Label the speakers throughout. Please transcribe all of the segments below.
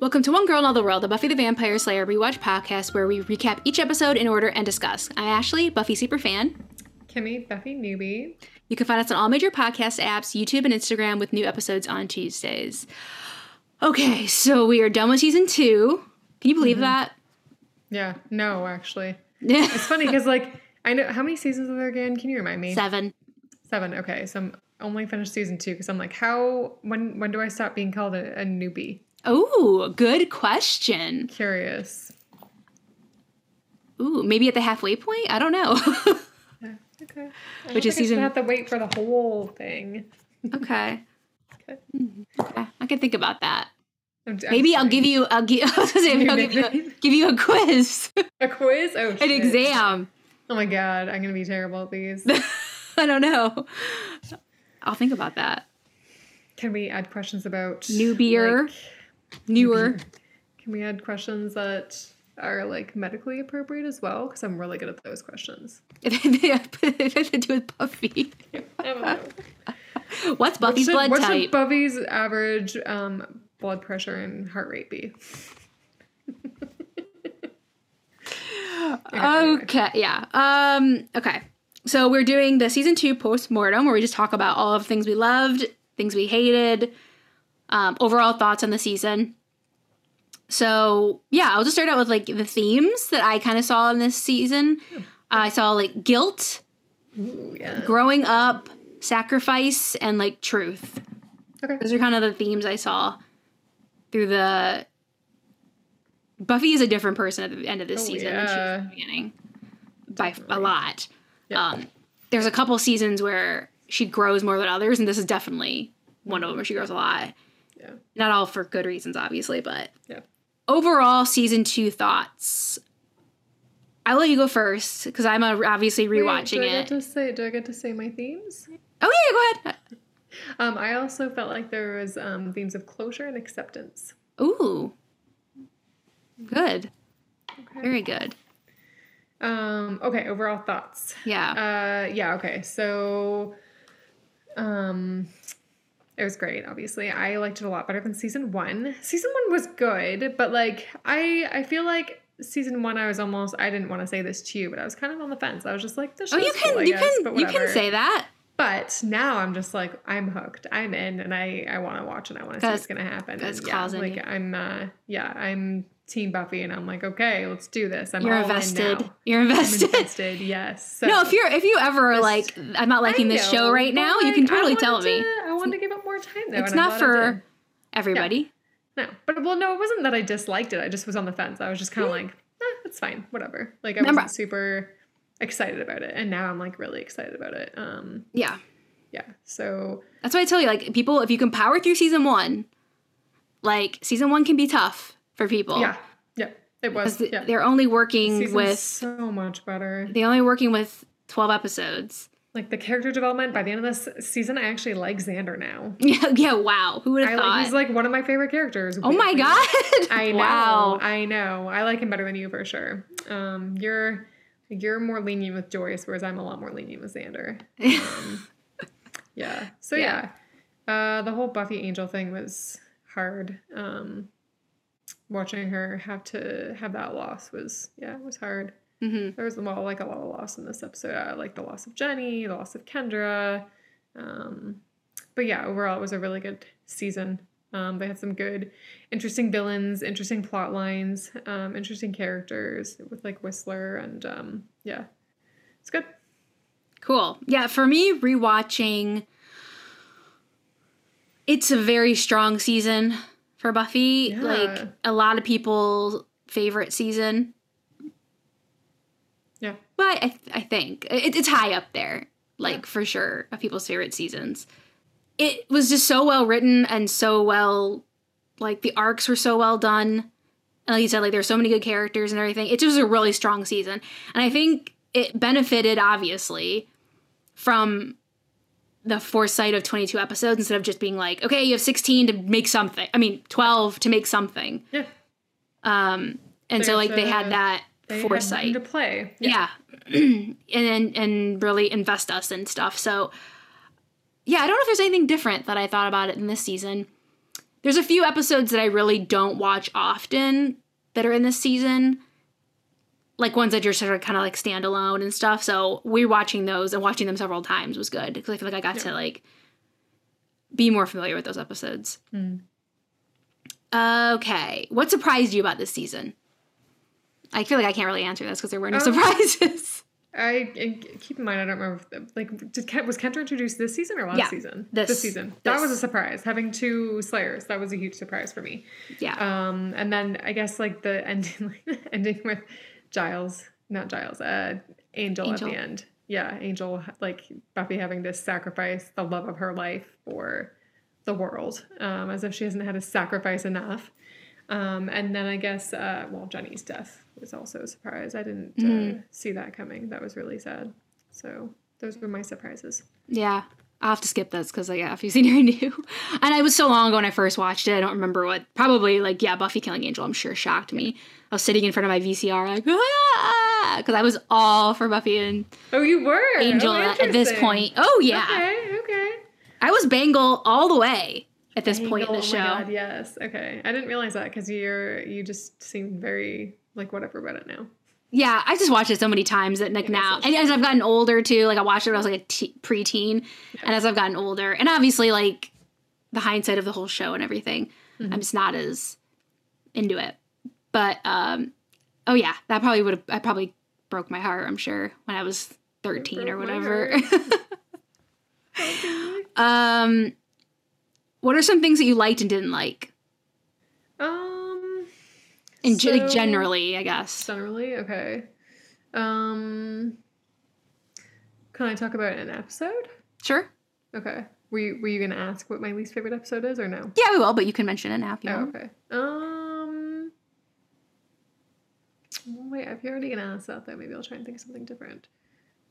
Speaker 1: Welcome to One Girl in All the World, the Buffy the Vampire Slayer rewatch podcast where we recap each episode in order and discuss. I'm Ashley, Buffy super fan.
Speaker 2: Kimmy, Buffy newbie.
Speaker 1: You can find us on all major podcast apps, YouTube, and Instagram with new episodes on Tuesdays. Okay, so we are done with season two. Can you
Speaker 2: Mm-hmm.
Speaker 1: believe that?
Speaker 2: Yeah, no, actually,
Speaker 1: Yeah.
Speaker 2: it's funny because like I know how many seasons are there again? Can you remind me?
Speaker 1: Seven.
Speaker 2: Seven. Okay, so I'm only finished season two because I'm like, how? When? When do I stop being called a, a newbie?
Speaker 1: Oh, good question.
Speaker 2: Curious.
Speaker 1: Ooh, maybe at the halfway point? I don't know.
Speaker 2: Yeah, okay. I don't
Speaker 1: Which is
Speaker 2: think I should
Speaker 1: season-
Speaker 2: Have to wait for the whole thing.
Speaker 1: okay.
Speaker 2: Okay.
Speaker 1: Mhm. okay. I can think about that.
Speaker 2: I'm- I'm
Speaker 1: Maybe I'll
Speaker 2: sorry.
Speaker 1: give you I'll, gi- I was gonna say, maybe I'll give you a, give you a quiz,
Speaker 2: a quiz. Oh,
Speaker 1: an
Speaker 2: shit.
Speaker 1: exam.
Speaker 2: Oh my god, I'm gonna be terrible at these.
Speaker 1: I don't know. I'll think about that.
Speaker 2: Can we add questions about
Speaker 1: Newbier.
Speaker 2: like,
Speaker 1: Newer.
Speaker 2: Can we add questions that are like medically appropriate as well? Because I'm really good at those questions.
Speaker 1: If it if it had to do with Buffy.
Speaker 2: I don't know.
Speaker 1: What's Buffy's
Speaker 2: should,
Speaker 1: blood
Speaker 2: what
Speaker 1: type?
Speaker 2: should Buffy's average um, blood pressure and heart rate be?
Speaker 1: Okay, yeah. Um, okay. So we're doing the season two postmortem where we just talk about all of the things we loved, things we hated, um, overall thoughts on the season. So yeah, I'll just start out with like the themes that I kind of saw in this season. I saw like guilt,
Speaker 2: Ooh, yeah.
Speaker 1: growing up, sacrifice, and like truth.
Speaker 2: Okay.
Speaker 1: Those are kind of the themes I saw through the. Buffy is a different person at the end of this
Speaker 2: Oh,
Speaker 1: season
Speaker 2: yeah.
Speaker 1: than she was at the beginning, by f- a lot.
Speaker 2: Yeah.
Speaker 1: Um, there's a couple seasons where she grows more than others, and this is definitely one of them where she grows a lot.
Speaker 2: Mm-hmm. Yeah.
Speaker 1: Not all for good reasons, obviously, but
Speaker 2: Yeah.
Speaker 1: overall, season two thoughts. I'll let you go first because I'm uh, obviously rewatching
Speaker 2: Wait, do I
Speaker 1: it.
Speaker 2: get to say? Do I get to say my themes?
Speaker 1: oh yeah, go ahead.
Speaker 2: Um, I also felt like there was um, themes of closure and acceptance.
Speaker 1: Uh, Ooh, good,
Speaker 2: Okay.
Speaker 1: very good.
Speaker 2: Um, okay. Overall thoughts.
Speaker 1: Yeah.
Speaker 2: Uh, yeah, okay. So um it was great, obviously. I liked it a lot better than season 1. Season 1 was good, but like I I feel like season 1 I was almost I didn't want to say this to you, but I was kind of on the fence. I was just like this
Speaker 1: Oh,
Speaker 2: show's
Speaker 1: you can
Speaker 2: cool, I
Speaker 1: you
Speaker 2: guess, but
Speaker 1: can you can
Speaker 2: whatever.
Speaker 1: say that.
Speaker 2: But now I'm just like I'm hooked. I'm in, and I I want to watch and I want to see
Speaker 1: That's-
Speaker 2: what's gonna happen.
Speaker 1: that's
Speaker 2: and yeah,
Speaker 1: causing
Speaker 2: like
Speaker 1: you.
Speaker 2: I'm uh yeah I'm Team Buffy, and I'm like okay, let's do this. I'm
Speaker 1: You're
Speaker 2: all in
Speaker 1: invested.
Speaker 2: now.
Speaker 1: You're
Speaker 2: I'm
Speaker 1: invested.
Speaker 2: invested. Yes. So-
Speaker 1: no, if you're if you ever are
Speaker 2: Just-
Speaker 1: like I'm not liking
Speaker 2: I
Speaker 1: this show
Speaker 2: know,
Speaker 1: right
Speaker 2: but,
Speaker 1: now, you
Speaker 2: like,
Speaker 1: can
Speaker 2: I
Speaker 1: totally
Speaker 2: wanted
Speaker 1: tell me.
Speaker 2: to- I wanted to give it more time though.
Speaker 1: It's
Speaker 2: and I'm
Speaker 1: not
Speaker 2: glad I
Speaker 1: for everybody.
Speaker 2: did. no, but well, no, it wasn't that I disliked it. I just was on the fence. I was just
Speaker 1: Hmm.
Speaker 2: kind of like, eh, it's fine, whatever. Like I
Speaker 1: Remember-
Speaker 2: wasn't super excited about it, and now I'm like really excited about it. Um,
Speaker 1: Yeah.
Speaker 2: yeah. So
Speaker 1: That's why I tell you, like people, if you can power through season one, like season one can be tough for people.
Speaker 2: yeah, yeah, it was.
Speaker 1: Because th-
Speaker 2: Yeah,
Speaker 1: they're only working
Speaker 2: Season's
Speaker 1: with
Speaker 2: so much better.
Speaker 1: they're only working with twelve episodes.
Speaker 2: Like the character development by the end of this season, I actually like Xander now.
Speaker 1: Yeah, yeah, wow. Who would
Speaker 2: I
Speaker 1: have
Speaker 2: like,
Speaker 1: thought?
Speaker 2: he's like one of my favorite characters.
Speaker 1: oh my
Speaker 2: weirdly.
Speaker 1: god.
Speaker 2: I know.
Speaker 1: Wow.
Speaker 2: I know. I like him better than you for sure. Um, you're you're more lenient with Joyce, whereas I'm a lot more lenient with Xander. Um, yeah. So
Speaker 1: Yeah.
Speaker 2: yeah. Uh, the whole Buffy Angel thing was hard. Um, watching her have to have that loss was yeah, it was hard.
Speaker 1: hmm
Speaker 2: There was well, like a lot of loss in this episode. I like the loss of Jenny, the loss of Kendra. Um, but yeah, overall, it was a really good season. Um, they had some good, interesting villains, interesting plot lines, um, interesting characters with like Whistler and um, yeah, it's good.
Speaker 1: Cool. Yeah, for me, rewatching, it's a very strong season for Buffy.
Speaker 2: Yeah.
Speaker 1: Like a lot of people's favorite season.
Speaker 2: Yeah.
Speaker 1: But I, th- I think it, it's high up there, like for sure, of people's favorite seasons. It was just so well written and so well, like the arcs were so well done. And like you said, like there's so many good characters and everything. It just was a really strong season. And I think it benefited, obviously, from the foresight of 22 episodes instead of just being like, okay, you have 16 to make something. I mean, 12 to make something.
Speaker 2: Yeah,
Speaker 1: Um, and so
Speaker 2: There's
Speaker 1: like they
Speaker 2: a-
Speaker 1: had that
Speaker 2: they had
Speaker 1: foresight
Speaker 2: room to play.
Speaker 1: yeah, and, and and really invest us in stuff so yeah i don't know if there's anything different that i thought about it in this season There's a few episodes that I really don't watch often that are in this season, like ones that are sort of kind of like standalone and stuff. So rewatching those and watching them several times was good because I feel like I got
Speaker 2: Yeah.
Speaker 1: to like be more familiar with those episodes.
Speaker 2: Hmm.
Speaker 1: Okay, what surprised you about this season? I feel like I can't really answer this because there were no
Speaker 2: Um,
Speaker 1: surprises.
Speaker 2: I and keep in mind I don't remember if- like did Ken, was Kendra introduced this season or last
Speaker 1: Yeah,
Speaker 2: season?
Speaker 1: this-
Speaker 2: season. That was a
Speaker 1: this.
Speaker 2: surprise. Having two Slayers that was a huge surprise for me.
Speaker 1: yeah.
Speaker 2: Um, and then I guess like the ending ending with Giles, not Giles, uh, Angel,
Speaker 1: Angel.
Speaker 2: at the end. Yeah, Angel like Buffy having to sacrifice the love of her life for the world, um, as if she hasn't had to sacrifice enough. Um, and then I guess uh, well Jenny's death was also a surprise. I didn't uh,
Speaker 1: Mhm.
Speaker 2: see that coming. That was really sad. So those were my surprises.
Speaker 1: Yeah, I'll have to skip this because like yeah, if you've seen her new, and I was so long ago when I first watched it, I don't remember what. Probably like yeah, Buffy killing Angel. I'm sure shocked me. I was sitting in front of my VCR like ah, because I was all for Buffy and
Speaker 2: Oh, you were
Speaker 1: Angel
Speaker 2: Oh,
Speaker 1: at, at this
Speaker 2: interesting.
Speaker 1: point. Oh yeah,
Speaker 2: Okay. Okay.
Speaker 1: I was Bangle all the way at this point in
Speaker 2: Angle,
Speaker 1: the show.
Speaker 2: Oh my God, yes. Okay. I didn't realize that because you're you just seem very like whatever about it now.
Speaker 1: Yeah, I've just watched it so many times that like
Speaker 2: Yeah,
Speaker 1: now,
Speaker 2: that's
Speaker 1: and as I've gotten older too, like I watched it when I was like a t- preteen, and as I've gotten older, and obviously like the hindsight of the whole show and everything,
Speaker 2: Mm-hmm.
Speaker 1: I'm just not as into it. But um, oh yeah, that probably would have I probably broke my heart. I'm sure when I was 13 or
Speaker 2: broke my
Speaker 1: whatever. um, what are some things that you liked and didn't like,
Speaker 2: Um
Speaker 1: and ge- like
Speaker 2: So-
Speaker 1: generally, I guess.
Speaker 2: generally, okay. Um can I talk about an episode?
Speaker 1: Sure.
Speaker 2: Okay. Were you were you gonna ask what my least favorite episode is or no?
Speaker 1: Yeah, we will, but you can mention it now if you
Speaker 2: Oh,
Speaker 1: want.
Speaker 2: okay. Um wait, if you're already gonna ask that though, maybe I'll try and think of something different.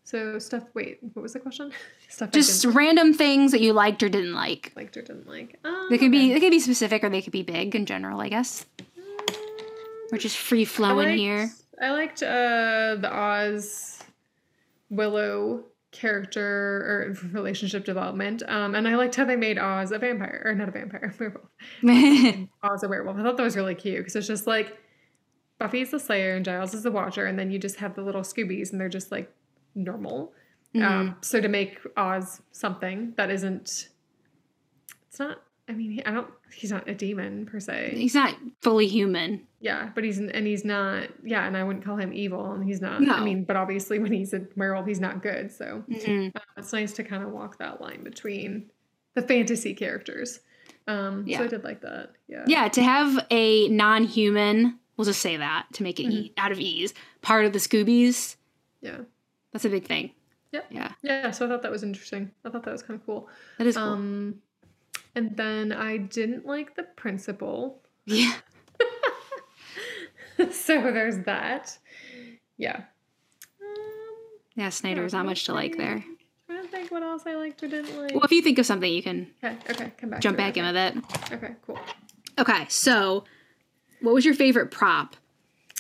Speaker 2: So stuff wait, what was the question? stuff I
Speaker 1: just
Speaker 2: didn't
Speaker 1: random things that you liked or didn't like.
Speaker 2: liked or didn't like. Um,
Speaker 1: They could be
Speaker 2: okay.
Speaker 1: they could be specific or they could be big in general, I guess. We're just free
Speaker 2: I
Speaker 1: flowing
Speaker 2: liked-
Speaker 1: here.
Speaker 2: I liked uh, the Oz Willow character or relationship development. Um, and I liked how they made Oz a vampire, or not a vampire, werewolf. Oz a werewolf. I thought that was really cute because it's just like Buffy's the Slayer and Giles is the Watcher, and then you just have the little Scoobies, and they're just like normal.
Speaker 1: Mm-hmm.
Speaker 2: Um, so to make Oz something that isn't, it's not. I mean, he- I don't. He's not a demon per se.
Speaker 1: He's not fully human.
Speaker 2: Yeah, but he's and he's not. Yeah, and I wouldn't call him evil, and he's not. I
Speaker 1: No.
Speaker 2: mean, but obviously when he's a werewolf, he's not good. So
Speaker 1: Mm-hmm.
Speaker 2: um, it's nice to kind of walk that line between the fantasy characters. Um, So I
Speaker 1: Yeah.
Speaker 2: did like that. Yeah.
Speaker 1: Yeah, to have a non human, we'll just say that to make it e-
Speaker 2: Mm-hmm.
Speaker 1: out of ease, part of the Scoobies,
Speaker 2: Yeah.
Speaker 1: that's a big thing.
Speaker 2: Yep.
Speaker 1: Yeah,
Speaker 2: Yeah. So I thought that was interesting. I thought that was kind of cool.
Speaker 1: that is cool.
Speaker 2: Um, and then I didn't like the principal,
Speaker 1: yeah.
Speaker 2: so there's that. Yeah. Um,
Speaker 1: Yeah, Snyder's not much to like there.
Speaker 2: trying to think what else I liked or didn't like.
Speaker 1: Well, if you think of something, you can
Speaker 2: Okay. Okay. Come back.
Speaker 1: jump
Speaker 2: to it,
Speaker 1: back in
Speaker 2: okay.
Speaker 1: with it.
Speaker 2: Okay, cool.
Speaker 1: Okay, so what was your favorite prop?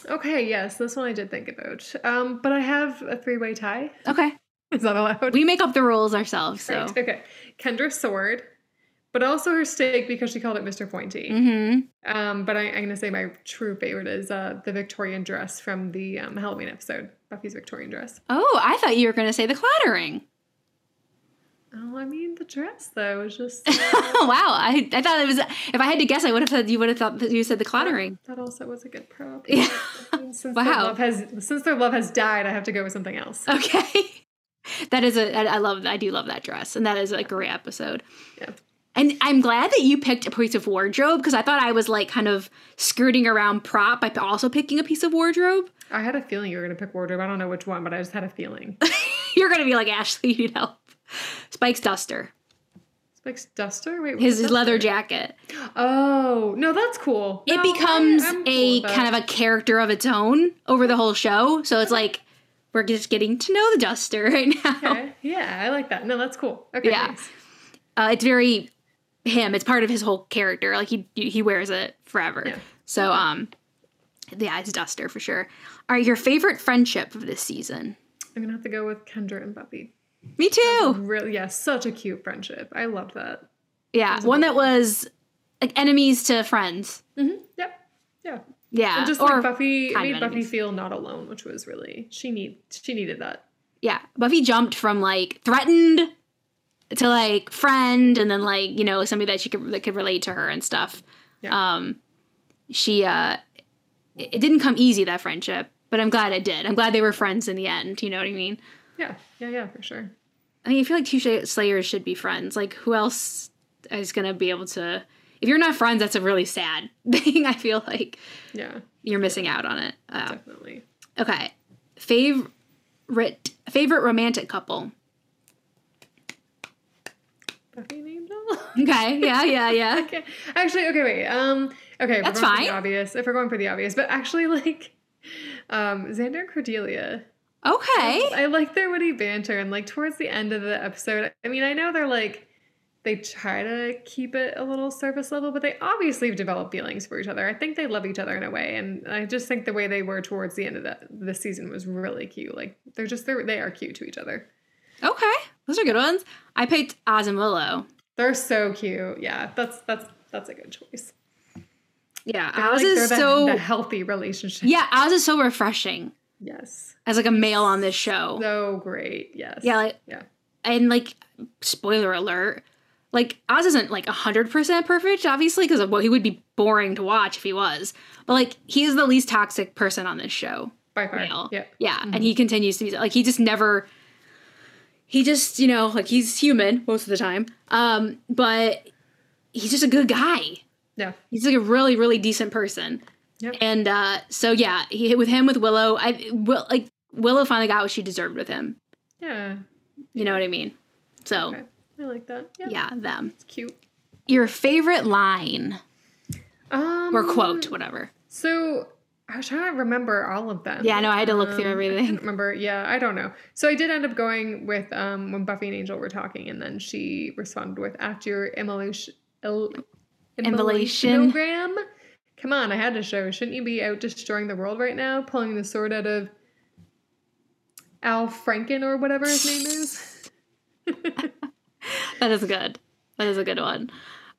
Speaker 2: Okay, yes, this one I did think about. Um, but I have a three-way tie.
Speaker 1: Okay.
Speaker 2: Is that allowed?
Speaker 1: We make up the rules ourselves, so.
Speaker 2: Right, Okay. Kendra's sword, but also her steak because she called it Mr. Pointy.
Speaker 1: Mm-hmm.
Speaker 2: Um, but I, I'm gonna say my true favorite is uh, the Victorian dress from the um, Halloween episode, Buffy's Victorian dress.
Speaker 1: Oh, I thought you were going to say the clattering.
Speaker 2: Oh, I mean the dress though is just uh,
Speaker 1: Oh, wow, I, I thought it was. If I had to guess, I would have said you would have thought that you said the clattering.
Speaker 2: That also was a good prop.
Speaker 1: Yeah.
Speaker 2: I mean, since their
Speaker 1: Wow. Uh.
Speaker 2: love has since their love has died, I have to go with something else.
Speaker 1: Okay, that is a. I I love. I do love that dress, and that is a great episode.
Speaker 2: Yeah.
Speaker 1: And I'm glad that you picked a piece of wardrobe because I thought I was like kind of skirting around prop by p- also picking a piece of wardrobe.
Speaker 2: I had a feeling you were gonna pick wardrobe. I don't know which one, but I just had a feeling.
Speaker 1: You're gonna be like Ashley, you know, Spike's duster,
Speaker 2: Spike's duster? Wait, what's
Speaker 1: his, his
Speaker 2: a duster?
Speaker 1: leather jacket.
Speaker 2: Oh, no, that's cool.
Speaker 1: it becomes a kind of a character of its own over the whole show. So it's like we're just getting to know the Duster right now.
Speaker 2: Okay. Yeah, I like that. No, that's cool. Okay.
Speaker 1: Yeah.
Speaker 2: thanks.
Speaker 1: Uh, it's very him. It's part of his whole character. Like he he wears it forever.
Speaker 2: Yeah.
Speaker 1: So um, yeah, it's Duster for sure. All right, your favorite friendship of this season?
Speaker 2: I'm going to have to go with Kendra and Buffy.
Speaker 1: Me too.
Speaker 2: Really, yeah, such a cute friendship. I loved that.
Speaker 1: Yeah, one that was like enemies to friends.
Speaker 2: Mm-hmm. Yep. Yeah.
Speaker 1: Yeah,
Speaker 2: And just
Speaker 1: Uh, or
Speaker 2: like Buffy, it
Speaker 1: kind of
Speaker 2: made Buffy
Speaker 1: enemies.
Speaker 2: feel not alone, which was really she need she needed that.
Speaker 1: yeah, Buffy jumped from like threatened to like friend, and then like you know somebody that she could that could relate to her and stuff.
Speaker 2: Yeah.
Speaker 1: Um, she uh, it it didn't come easy that friendship, but I'm glad it did. I'm glad they were friends in the end. You know what I mean?
Speaker 2: Yeah. Yeah. Yeah. For sure.
Speaker 1: I mean, I feel like two Sh- Slayers should be friends. Like, who else is gonna be able to? If you're not friends, that's a really sad thing. I feel like
Speaker 2: Yeah.
Speaker 1: you're missing out on it. Uh,
Speaker 2: Definitely.
Speaker 1: okay, favorite favorite romantic couple.
Speaker 2: Buffy named all.
Speaker 1: Okay, yeah, yeah, yeah.
Speaker 2: Okay. Actually, okay, wait. Um, okay, if
Speaker 1: That's
Speaker 2: we're going for
Speaker 1: fine.
Speaker 2: the obvious. If we're going for the obvious, but actually, like, um, Xander and Cordelia.
Speaker 1: Okay,
Speaker 2: I like their witty banter, and like towards the end of the episode, I mean, I know they're like, they try to keep it a little surface level, but they obviously have developed feelings for each other. I think they love each other in a way, and I just think the way they were towards the end of the the season was really cute. Like, they're just they're, they are cute to each other.
Speaker 1: okay. Those are good ones. I picked Oz and Willow.
Speaker 2: They're so cute. Yeah, that's that's that's a good choice.
Speaker 1: Yeah,
Speaker 2: They're,
Speaker 1: Oz
Speaker 2: like,
Speaker 1: is
Speaker 2: they're the-
Speaker 1: so
Speaker 2: the healthy relationship.
Speaker 1: yeah. Oz is so refreshing
Speaker 2: Yes.
Speaker 1: as like a male on this show.
Speaker 2: So great. Yes.
Speaker 1: Yeah, like
Speaker 2: Yeah.
Speaker 1: and like spoiler alert, like Oz isn't like hundred percent perfect, obviously, because well, he would be boring to watch if he was. But like he is the least toxic person on this show.
Speaker 2: By far.
Speaker 1: Male.
Speaker 2: Yeah. Mm-hmm.
Speaker 1: Yeah. And he continues to be like he just never he just, you know, like he's human most of the time. Um, but he's just a good guy.
Speaker 2: Yeah.
Speaker 1: He's like a really, really decent person.
Speaker 2: Yep.
Speaker 1: And uh, so yeah, he with him with Willow, I will like Willow finally got what she deserved with him.
Speaker 2: Yeah.
Speaker 1: You know what I mean? So
Speaker 2: Okay. I like that. Yeah.
Speaker 1: yeah, them.
Speaker 2: It's cute.
Speaker 1: Your favorite line
Speaker 2: Um,
Speaker 1: or quote, whatever.
Speaker 2: So I was trying to remember all of them. Um,
Speaker 1: Yeah, I know, I had to look through everything.
Speaker 2: I couldn't remember. Yeah, I don't know. So I did end up going with um, when Buffy and Angel were talking, and then she responded with, "After your immolation, il-
Speaker 1: Immolation.
Speaker 2: immolationogram, come on, I had to show. Shouldn't you be out destroying the world right now, pulling the sword out of Al Franken or whatever his name is?"
Speaker 1: That is good. That is a good one.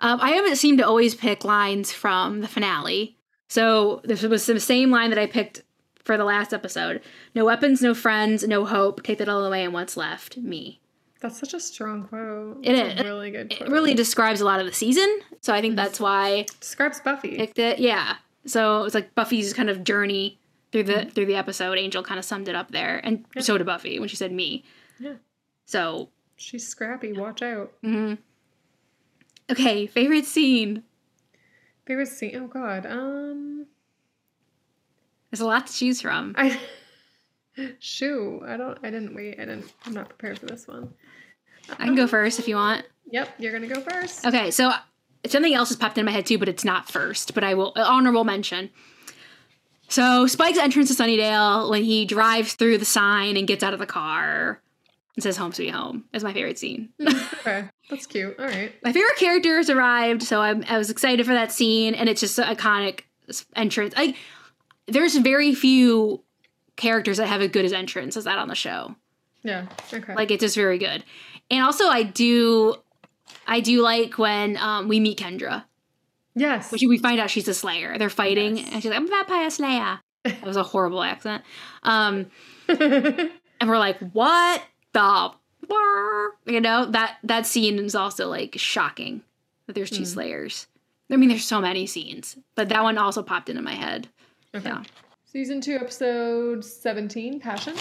Speaker 1: Um, I haven't seemed to always pick lines from the finale. So this was the same line that I picked for the last episode. No weapons, no friends, no hope. Take that all away, and what's left, me.
Speaker 2: That's such a strong quote.
Speaker 1: It
Speaker 2: It's
Speaker 1: is.
Speaker 2: a really good. Quote.
Speaker 1: It really describes a lot of the season. So I think
Speaker 2: Mm-hmm.
Speaker 1: that's why
Speaker 2: describes Buffy.
Speaker 1: picked it. Yeah. So it's like Buffy's kind of journey through the through the episode. Angel kind of summed it up there, and so did Buffy when she said me.
Speaker 2: Yeah.
Speaker 1: So
Speaker 2: She's scrappy. Watch out.
Speaker 1: mhm. okay, favorite scene.
Speaker 2: Favorite scene. Oh God. Um.
Speaker 1: There's a lot to choose from.
Speaker 2: I. Shoo. I don't. I didn't wait. I didn't. I'm not prepared for this one.
Speaker 1: I can go first if you want.
Speaker 2: Yep. You're gonna go first.
Speaker 1: Okay, so something else has popped in my head too, but it's not first. But I will honorable mention. So Spike's entrance to Sunnydale when he drives through the sign and gets out of the car and says "Home Sweet Home" is my favorite scene.
Speaker 2: Okay. That's cute. All right.
Speaker 1: my favorite character has arrived, so I'm, I was excited for that scene, and it's just an iconic s- entrance. Like, there's very few characters that have as good as entrance as that on the show.
Speaker 2: Yeah. Okay.
Speaker 1: Like, it's just very good. And also, I do, I do like when um, we meet Kendra,
Speaker 2: yes.
Speaker 1: which we find out she's a Slayer. They're fighting,
Speaker 2: Yes.
Speaker 1: and she's like, "I'm a vampire Slayer." That was a horrible accent. Um, and we're like, "What the?" fuck?" You know that that scene is also like shocking that there's two
Speaker 2: Mm.
Speaker 1: slayers. I mean, there's so many scenes, but that one also popped into my head.
Speaker 2: okay.
Speaker 1: yeah.
Speaker 2: Season two, episode seventeen. Passion.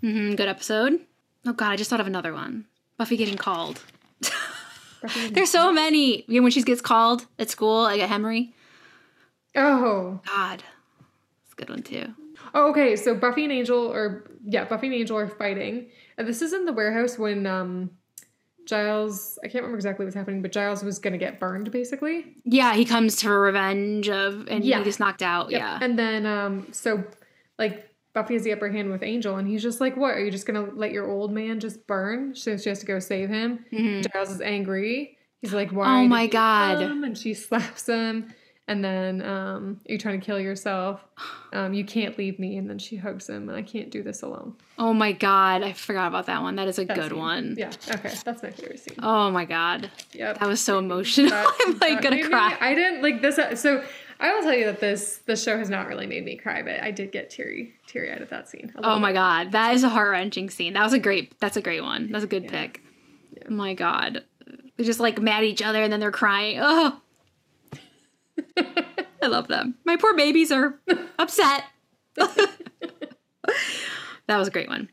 Speaker 1: hmm good episode. Oh god, I just thought of another one. Buffy getting called.
Speaker 2: Buffy and-
Speaker 1: There's so many. You know, when she gets called at school, like at Hemery.
Speaker 2: oh.
Speaker 1: God, it's a good one too.
Speaker 2: Oh. Okay. So Buffy and Angel are. Yeah. Buffy and Angel are fighting. And this is in the warehouse when um. Giles, I can't remember exactly what's happening, but Giles was gonna get burned basically.
Speaker 1: Yeah, he comes to revenge of, and
Speaker 2: Yeah.
Speaker 1: he gets knocked out.
Speaker 2: Yep.
Speaker 1: Yeah,
Speaker 2: And then um so like Buffy has the upper hand with Angel and he's just like, What, are you just gonna let your old man just burn? So she has to go save him.
Speaker 1: Mhm.
Speaker 2: Giles is angry. He's like, Why?
Speaker 1: Oh
Speaker 2: did
Speaker 1: my
Speaker 2: you
Speaker 1: God.
Speaker 2: come?" And she slaps him. And then um, are you trying to kill yourself? Um, you can't leave me. And then she hugs him, and I can't do this alone.
Speaker 1: Oh my god, I forgot about that one. That is a
Speaker 2: That
Speaker 1: good
Speaker 2: scene.
Speaker 1: one.
Speaker 2: Yeah. Okay. That's my favorite scene.
Speaker 1: Oh my god,
Speaker 2: Yep.
Speaker 1: that was so emotional.
Speaker 2: That-
Speaker 1: I'm like
Speaker 2: that
Speaker 1: gonna
Speaker 2: made me-
Speaker 1: cry.
Speaker 2: I didn't like this. uh, So I will tell you that this this show has not really made me cry, but I did get teary teary eyed at that scene.
Speaker 1: Oh
Speaker 2: a little
Speaker 1: my god, that is a heart wrenching scene. That was a great. That's a great one. That's a good
Speaker 2: Yeah.
Speaker 1: pick. Oh My god, they just like mad at each other and then they're crying. Oh, I love them. My poor babies are upset. that was a great one.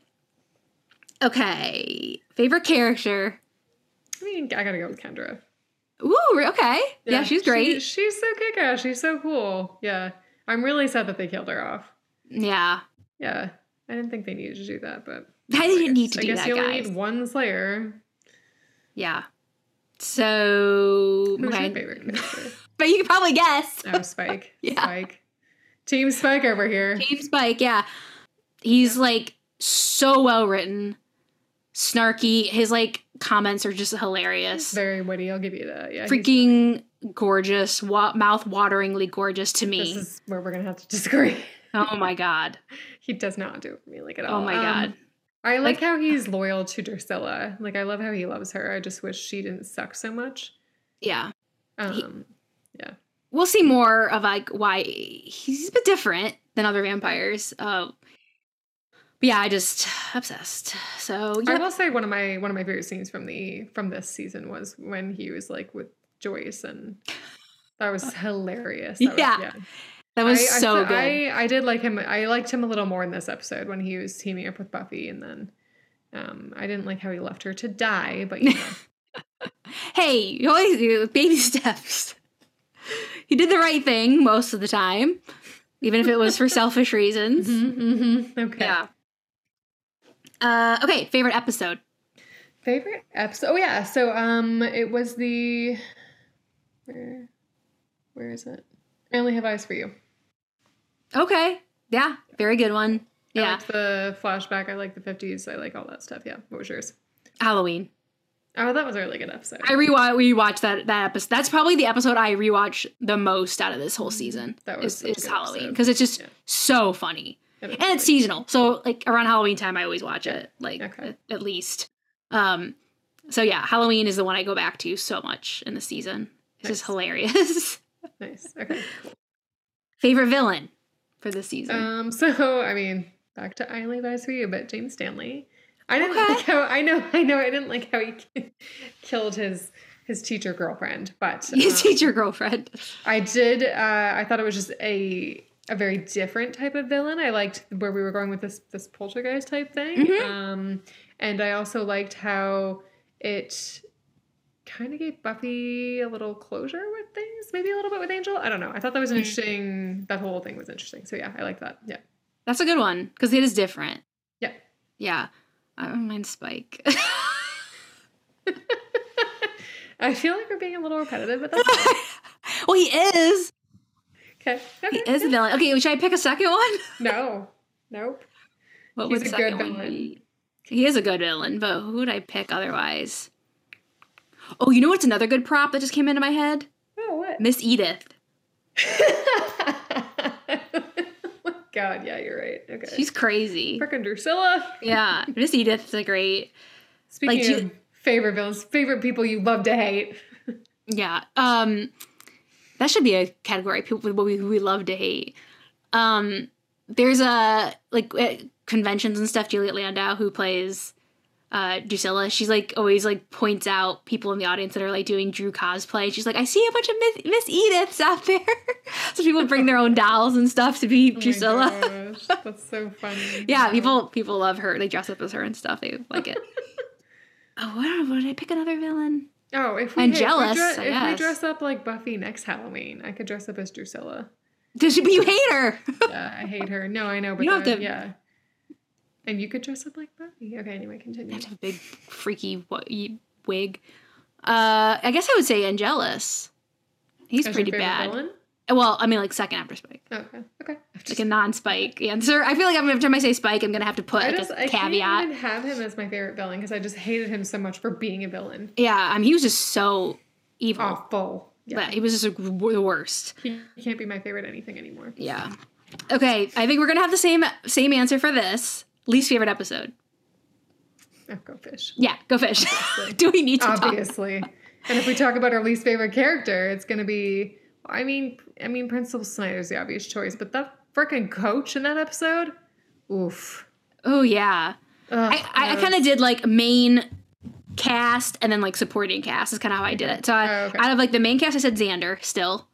Speaker 1: Okay, favorite character.
Speaker 2: I mean, I gotta go with Kendra.
Speaker 1: Ooh, okay. Yeah, she's
Speaker 2: she-
Speaker 1: great.
Speaker 2: she's so kick ass. She's so cool. Yeah. I'm really sad that they killed her off.
Speaker 1: yeah,
Speaker 2: Yeah. I didn't think they needed to do that, but
Speaker 1: I didn't need to
Speaker 2: I
Speaker 1: do
Speaker 2: guess
Speaker 1: that,
Speaker 2: you only
Speaker 1: guys.
Speaker 2: need one Slayer.
Speaker 1: Yeah. So,
Speaker 2: Who's
Speaker 1: okay.
Speaker 2: your favorite character?
Speaker 1: but you can probably guess.
Speaker 2: Oh, Spike.
Speaker 1: Yeah.
Speaker 2: Spike. Team Spike over here.
Speaker 1: Team Spike, yeah. He's like so well written, snarky. His like comments are just hilarious.
Speaker 2: Very witty. I'll give you that. Yeah. he's-
Speaker 1: Freaking gorgeous, wa- mouth wateringly gorgeous to me.
Speaker 2: This is where we're gonna have to disagree.
Speaker 1: oh my god.
Speaker 2: He does not do it for me like at all.
Speaker 1: Oh my
Speaker 2: Um,
Speaker 1: god.
Speaker 2: I like,
Speaker 1: Like- uh,
Speaker 2: how he's loyal to Drusilla. Like I love how he loves her. I just wish she didn't suck so much.
Speaker 1: Yeah. He-
Speaker 2: Um,
Speaker 1: We'll see more of like why he's a bit different than other vampires. Uh, but yeah, I just obsessed. So
Speaker 2: I
Speaker 1: yeah,
Speaker 2: will say one of my one of my favorite scenes from the from this season was when he was like with Joyce and that was hilarious. That was-
Speaker 1: Uh, Yeah. that was
Speaker 2: I- I
Speaker 1: so
Speaker 2: fe-
Speaker 1: good.
Speaker 2: I, I did like him. I liked him a little more in this episode when he was teaming up with Buffy, and then um, I didn't like how he left her to die. But you know,
Speaker 1: hey, you always do baby steps. He did the right thing most of the time, even if it was for selfish reasons.
Speaker 2: Mhm, mhm, okay.
Speaker 1: Mm-hmm, Yeah. Uh, okay, favorite episode.
Speaker 2: Favorite episode? Oh yeah. So um, it was the where where is it? I only have eyes for you.
Speaker 1: Okay, yeah, very good one.
Speaker 2: I
Speaker 1: Yeah,
Speaker 2: liked the flashback. I like the fifties. I like all that stuff. Yeah. What was yours?
Speaker 1: Halloween.
Speaker 2: Oh, that was a really good episode.
Speaker 1: I rewatch rewatched that that episode. That's probably the episode I rewatch the most out of this whole season.
Speaker 2: Mm-hmm. That
Speaker 1: That
Speaker 2: was
Speaker 1: was
Speaker 2: such a
Speaker 1: is,
Speaker 2: good
Speaker 1: Halloween
Speaker 2: episode.
Speaker 1: because it's just
Speaker 2: Yeah.
Speaker 1: so funny.
Speaker 2: That was
Speaker 1: and it's
Speaker 2: really-
Speaker 1: seasonal so like around halloween time i always watch it like
Speaker 2: Okay.
Speaker 1: at, at least um so yeah halloween is the one i go back to so much in the season it's just
Speaker 2: Nice.
Speaker 1: hilarious
Speaker 2: nice. Okay.
Speaker 1: favorite villain for this season
Speaker 2: Um. So I mean, back to I only have eyes for you, but James Stanley. I didn't
Speaker 1: Okay.
Speaker 2: like how I know I know I didn't like how he killed his his teacher girlfriend, but
Speaker 1: you
Speaker 2: um,
Speaker 1: teach your girlfriend
Speaker 2: I did. Uh, I thought it was just a a very different type of villain. I liked where we were going with this this poltergeist type thing,
Speaker 1: Mhm.
Speaker 2: um, and I also liked how it kind of gave Buffy a little closure with things, maybe a little bit with Angel. I don't know. I thought that was an
Speaker 1: Mhm.
Speaker 2: interesting. That whole thing was interesting. So yeah, I like that. Yeah,
Speaker 1: that's a good one because it is different
Speaker 2: yeah.
Speaker 1: yeah i don't mind spike
Speaker 2: I feel like we're being a little repetitive, but that's fine.
Speaker 1: well he is
Speaker 2: okay.
Speaker 1: he
Speaker 2: okay.
Speaker 1: is a villain okay should i pick a second one
Speaker 2: No, nope.
Speaker 1: what
Speaker 2: He's
Speaker 1: would
Speaker 2: a
Speaker 1: second
Speaker 2: good
Speaker 1: one
Speaker 2: villain.
Speaker 1: be? He is a good villain, but who would I pick otherwise? Oh, you know what's another good prop that just came into my head?
Speaker 2: Oh what? Oh
Speaker 1: Miss Edith.
Speaker 2: God, yeah, you're right. Okay.
Speaker 1: She's crazy.
Speaker 2: Frickin' Drusilla.
Speaker 1: Yeah, Miss Edith's a great.
Speaker 2: Speaking
Speaker 1: Like,
Speaker 2: of
Speaker 1: you-
Speaker 2: favorite villains, favorite people you love to hate.
Speaker 1: Yeah. Um, that should be a category. People what we we love to hate. Um, there's a like at conventions and stuff. Juliet Landau, who plays uh Drusilla, she's like always like points out people in the audience that are like doing Drew cosplay. She's like, I see a bunch of Miss, Miss Ediths out there. so people bring their own dolls and stuff to be
Speaker 2: Oh my
Speaker 1: Drusilla.
Speaker 2: gosh, that's so funny.
Speaker 1: Yeah, people people love her. They dress up as her and stuff. They like it. oh, what, what did I pick another villain?
Speaker 2: Oh, if we,
Speaker 1: And
Speaker 2: hey, if we
Speaker 1: jealous,
Speaker 2: dre-
Speaker 1: I
Speaker 2: if we
Speaker 1: guess.
Speaker 2: dress up like Buffy next Halloween, I could dress up as Drusilla.
Speaker 1: Did she, but you hate her.
Speaker 2: Yeah, I hate her. No, I know, but
Speaker 1: You don't have
Speaker 2: then-
Speaker 1: to-
Speaker 2: yeah. And you could dress up like Buffy. Okay, anyway, continue.
Speaker 1: That's a big freaky wa- y- wig. Uh, I guess I would say Angelus. He's
Speaker 2: As your
Speaker 1: pretty
Speaker 2: favorite
Speaker 1: bad.
Speaker 2: villain?
Speaker 1: Well, I mean, like second after Spike,
Speaker 2: Okay, okay. I've
Speaker 1: like
Speaker 2: just-
Speaker 1: a non-Spike answer. I feel like every time I say Spike, I'm gonna have to put
Speaker 2: I
Speaker 1: like
Speaker 2: just
Speaker 1: a
Speaker 2: I
Speaker 1: caveat.
Speaker 2: can't even have him as my favorite villain because I just hated him so much for being a villain.
Speaker 1: Oh, Yeah, I mean, he was just so evil.
Speaker 2: Awful. Yeah.
Speaker 1: But he was just the worst.
Speaker 2: He he can't be my favorite anything anymore.
Speaker 1: Yeah. Okay, I think we're gonna have the same same answer for this least favorite episode.
Speaker 2: Oh, go fish.
Speaker 1: Yeah, go fish. Do we need to talk?
Speaker 2: Obviously. and if we talk about our least favorite character, it's gonna be I mean I mean Principal Snyder's the obvious choice, but the freaking coach in that episode? Oof.
Speaker 1: Oh yeah,
Speaker 2: Ugh,
Speaker 1: I I, I
Speaker 2: no.
Speaker 1: kind of did like main cast and then like supporting cast is kind of how I did it. So I,
Speaker 2: Oh, okay.
Speaker 1: out of like the main cast, I said Xander. Still,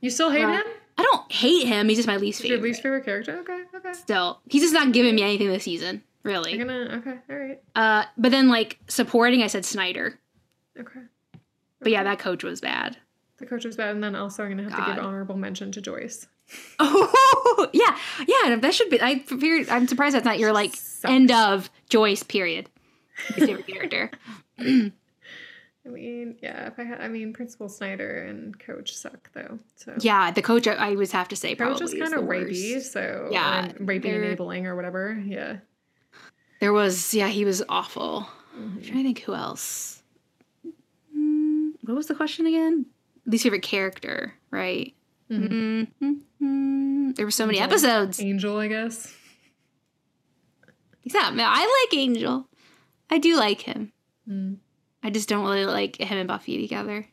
Speaker 2: You still hate
Speaker 1: Uh,
Speaker 2: him?
Speaker 1: I don't hate him. He's just my least
Speaker 2: Your
Speaker 1: favorite.
Speaker 2: least favorite character? Okay, okay.
Speaker 1: Still, he's just not giving me anything this season,
Speaker 2: I'm
Speaker 1: really.
Speaker 2: gonna okay, all right.
Speaker 1: Uh, but then like supporting, I said Snyder.
Speaker 2: Okay.
Speaker 1: But yeah, that coach was bad.
Speaker 2: The coach was bad, and then also I'm gonna have to
Speaker 1: God.
Speaker 2: give honorable mention to Joyce.
Speaker 1: Oh yeah, yeah. That should be. I figured, I'm surprised that's not your like
Speaker 2: Sucks.
Speaker 1: end of Joyce period. Your favorite character.
Speaker 2: I mean, yeah, if I had I mean Principal Snyder and Coach suck though. So
Speaker 1: Yeah, the coach. I, I would have to say probably
Speaker 2: Coach is
Speaker 1: is
Speaker 2: kind of
Speaker 1: the worst.
Speaker 2: rapey, so
Speaker 1: Yeah,
Speaker 2: and rapey
Speaker 1: they're-
Speaker 2: enabling or whatever. Yeah.
Speaker 1: There was yeah, he was awful. I'm trying to think who else. Mm, what was the question again? Least favorite character, right? mm mm There were so many
Speaker 2: Angel.
Speaker 1: episodes.
Speaker 2: Angel, I guess.
Speaker 1: Yeah, no, I like Angel. I do like him.
Speaker 2: Mm.
Speaker 1: I just don't really like him and Buffy together.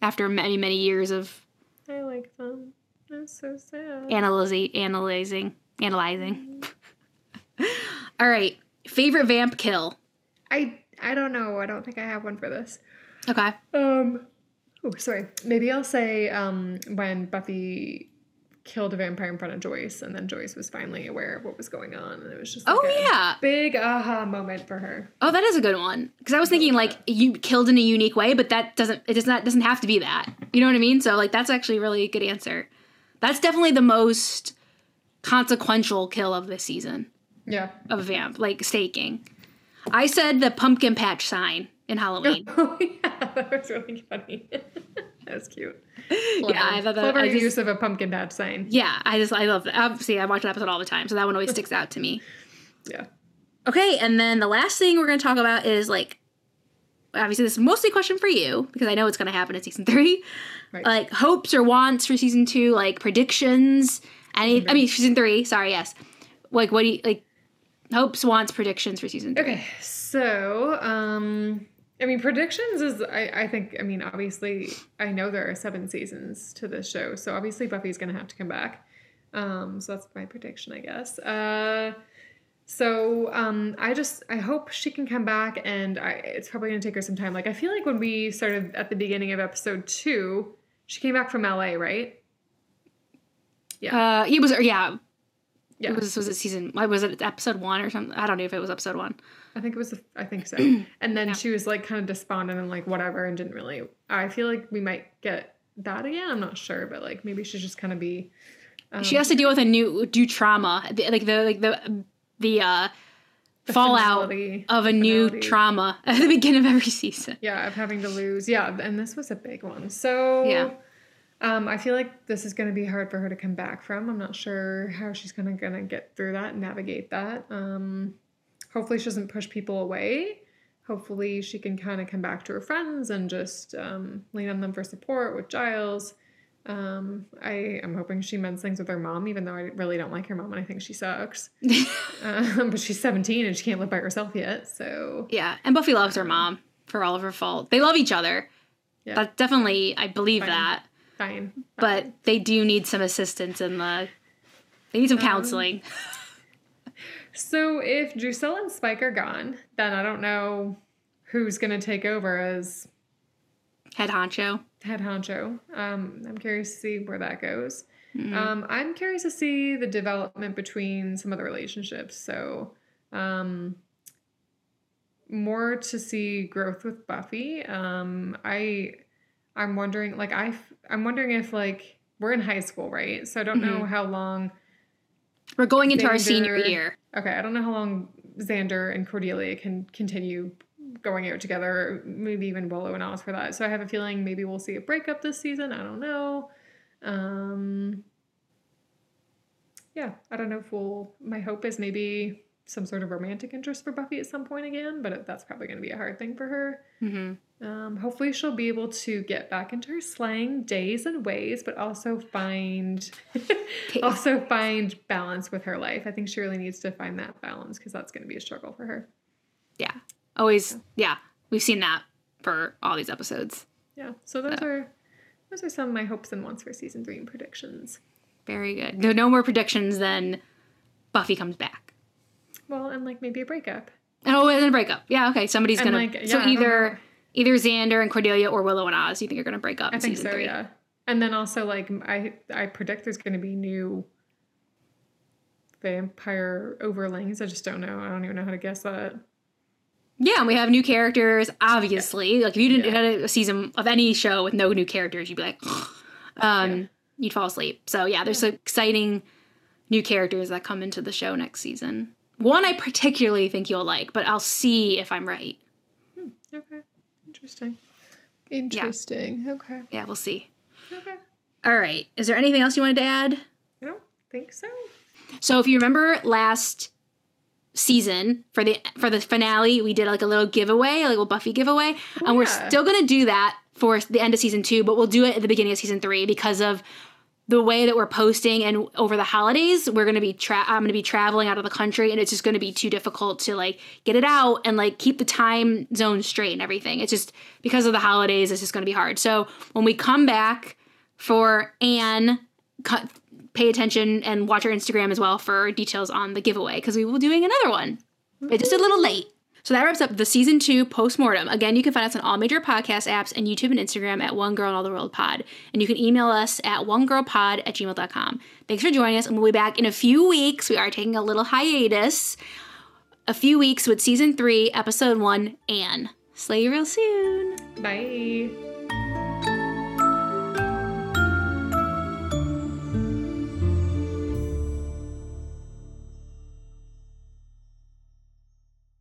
Speaker 1: After many many years of
Speaker 2: I like them. That's so sad.
Speaker 1: analyzing analyzing analyzing all right favorite vamp kill
Speaker 2: I I don't know. I don't think I have one for this.
Speaker 1: okay
Speaker 2: Um. Oh, sorry. Maybe I'll say um when Buffy killed a vampire in front of Joyce, and then Joyce was finally aware of what was going on, and it was just like
Speaker 1: oh
Speaker 2: a
Speaker 1: yeah
Speaker 2: big aha moment for her.
Speaker 1: oh that is a good one because i was thinking like you killed in a unique way but that doesn't it does not doesn't have to be that you know what i mean so like that's actually a really good answer that's definitely the most consequential kill of this season
Speaker 2: Yeah.
Speaker 1: of a vamp like staking i said the pumpkin patch sign in halloween
Speaker 2: Oh yeah, that was really funny. that was cute.
Speaker 1: yeah i thought that
Speaker 2: Clever
Speaker 1: I just-
Speaker 2: use of a pumpkin bat sign.
Speaker 1: yeah i just i love that obviously i watch that episode all the time so that one always sticks out to me
Speaker 2: Yeah.
Speaker 1: Okay, and then the last thing we're going to talk about is like, obviously, this is mostly a question for you because I know it's going to happen in season three.
Speaker 2: Right.
Speaker 1: Like, hopes or wants for season two, like predictions. Any, I mean, season three, sorry, yes. Like, what do you, like, hopes, wants, predictions for season three?
Speaker 2: Okay, so um, I mean, predictions is I, I think I mean obviously I know there are seven seasons to this show, so obviously Buffy's gonna have to come back. Um, so that's my prediction, I guess. Uh, so um, I just I hope she can come back, and I, it's probably gonna take her some time. Like I feel like when we started at the beginning of episode two, she came back from LA, right?
Speaker 1: Uh, it was, yeah,
Speaker 2: Yeah,
Speaker 1: it was, was it season, what was it episode one or something? I don't know if it was episode one.
Speaker 2: I think it was. The, I think so. And then she was like kind of despondent and like whatever, and didn't really. I feel like we might get that again. I'm not sure, but like maybe she's just kind of be. Um,
Speaker 1: She has to deal with a new, new trauma, the- like the, like the, the, uh,
Speaker 2: the
Speaker 1: fallout
Speaker 2: finality-
Speaker 1: of a new
Speaker 2: finality.
Speaker 1: trauma at the beginning of every season.
Speaker 2: Yeah, of having to lose. Yeah, and this was a big one. So
Speaker 1: Yeah.
Speaker 2: Um, I feel like this is going to be hard for her to come back from. I'm not sure how she's going to going to get through that, and navigate that. Um, hopefully, she doesn't push people away. Hopefully, she can kind of come back to her friends and just um, lean on them for support with Giles. Um, I am hoping she mends things with her mom, even though I really don't like her mom and I think she sucks. um, but she's 17 and she can't live by herself yet, so
Speaker 1: Yeah, and Buffy loves her mom for all of her faults. They love each other.
Speaker 2: Yeah.
Speaker 1: That's definitely I believe
Speaker 2: Fine.
Speaker 1: that,
Speaker 2: fine.
Speaker 1: but they do need some assistance in the. They need some
Speaker 2: Um,
Speaker 1: counseling.
Speaker 2: So if Drusilla and Spike are gone, then I don't know who's going to take over as
Speaker 1: Head honcho.
Speaker 2: head honcho. Um, I'm curious to see where that goes.
Speaker 1: Mm-hmm.
Speaker 2: Um, I'm curious to see the development between some of the relationships. So um, more to see growth with Buffy. Um, I I'm wondering like I I'm wondering if like we're in high school, right? So I don't know how long
Speaker 1: We're going into our
Speaker 2: Xander-
Speaker 1: senior year.
Speaker 2: Okay, I don't know how long Xander and Cordelia can continue going out together, maybe even Willow and Oz for that. So I have a feeling maybe we'll see a breakup this season. I don't know. Um, yeah, I don't know if we'll. My hope is maybe some sort of romantic interest for Buffy at some point again, but that's probably going to be a hard thing for her.
Speaker 1: Mm-hmm.
Speaker 2: Um, hopefully, she'll be able to get back into her slang days and ways, but also find also find balance with her life. I think she really needs to find that balance because that's going to be a struggle for her.
Speaker 1: Yeah. Always. Yeah. We've seen that for all these episodes.
Speaker 2: Yeah. So those are those are some of my hopes and wants for season three and predictions.
Speaker 1: Very good. No, no more predictions than Buffy comes back.
Speaker 2: Well, and like maybe a breakup.
Speaker 1: Oh, and then a breakup. Yeah. Okay. Somebody's
Speaker 2: And,
Speaker 1: gonna.
Speaker 2: like,
Speaker 1: so
Speaker 2: yeah, I don't
Speaker 1: either either Xander and Cordelia or Willow and Oz. You think are gonna break up?
Speaker 2: I
Speaker 1: in
Speaker 2: think
Speaker 1: season
Speaker 2: so.
Speaker 1: three.
Speaker 2: Yeah. And then also like I I predict there's going to be new vampire overlings. I just don't know. I don't even know how to guess that.
Speaker 1: Yeah, and we have new characters, obviously. Like, if you didn't
Speaker 2: Yeah.
Speaker 1: had a season of any show with no new characters, you'd be like, um,
Speaker 2: Yeah.
Speaker 1: you'd fall asleep. So, yeah, there's some exciting new characters that come into the show next season. One I particularly think you'll like, but I'll see if I'm right.
Speaker 2: Okay. Interesting. Interesting. Okay.
Speaker 1: Yeah, we'll see.
Speaker 2: Okay.
Speaker 1: All right. Is there anything else you wanted to add?
Speaker 2: I don't think so.
Speaker 1: So if you remember last season for the for the finale, we did like a little giveaway, a little Buffy giveaway, and we're
Speaker 2: yeah.
Speaker 1: still gonna do that for the end of season two, but we'll do it at the beginning of season three because of the way that we're posting and over the holidays, we're gonna be tra- I'm gonna be traveling out of the country, and it's just gonna be too difficult to like get it out and like keep the time zone straight and everything. It's just because of the holidays, it's just gonna be hard. So when we come back for Anne. Cut, pay attention and watch our Instagram as well for details on the giveaway because we will be doing another one. It's just a little late. So that wraps up the season two postmortem. Again, you can find us on all major podcast apps and YouTube and Instagram at One Girl in All the World Pod. And you can email us at onegirlpod at gmail.com. Thanks for joining us, and we'll be back in a few weeks. We are taking a little hiatus. A few weeks with season three, episode one, Anne. Slay you real soon.
Speaker 2: Bye.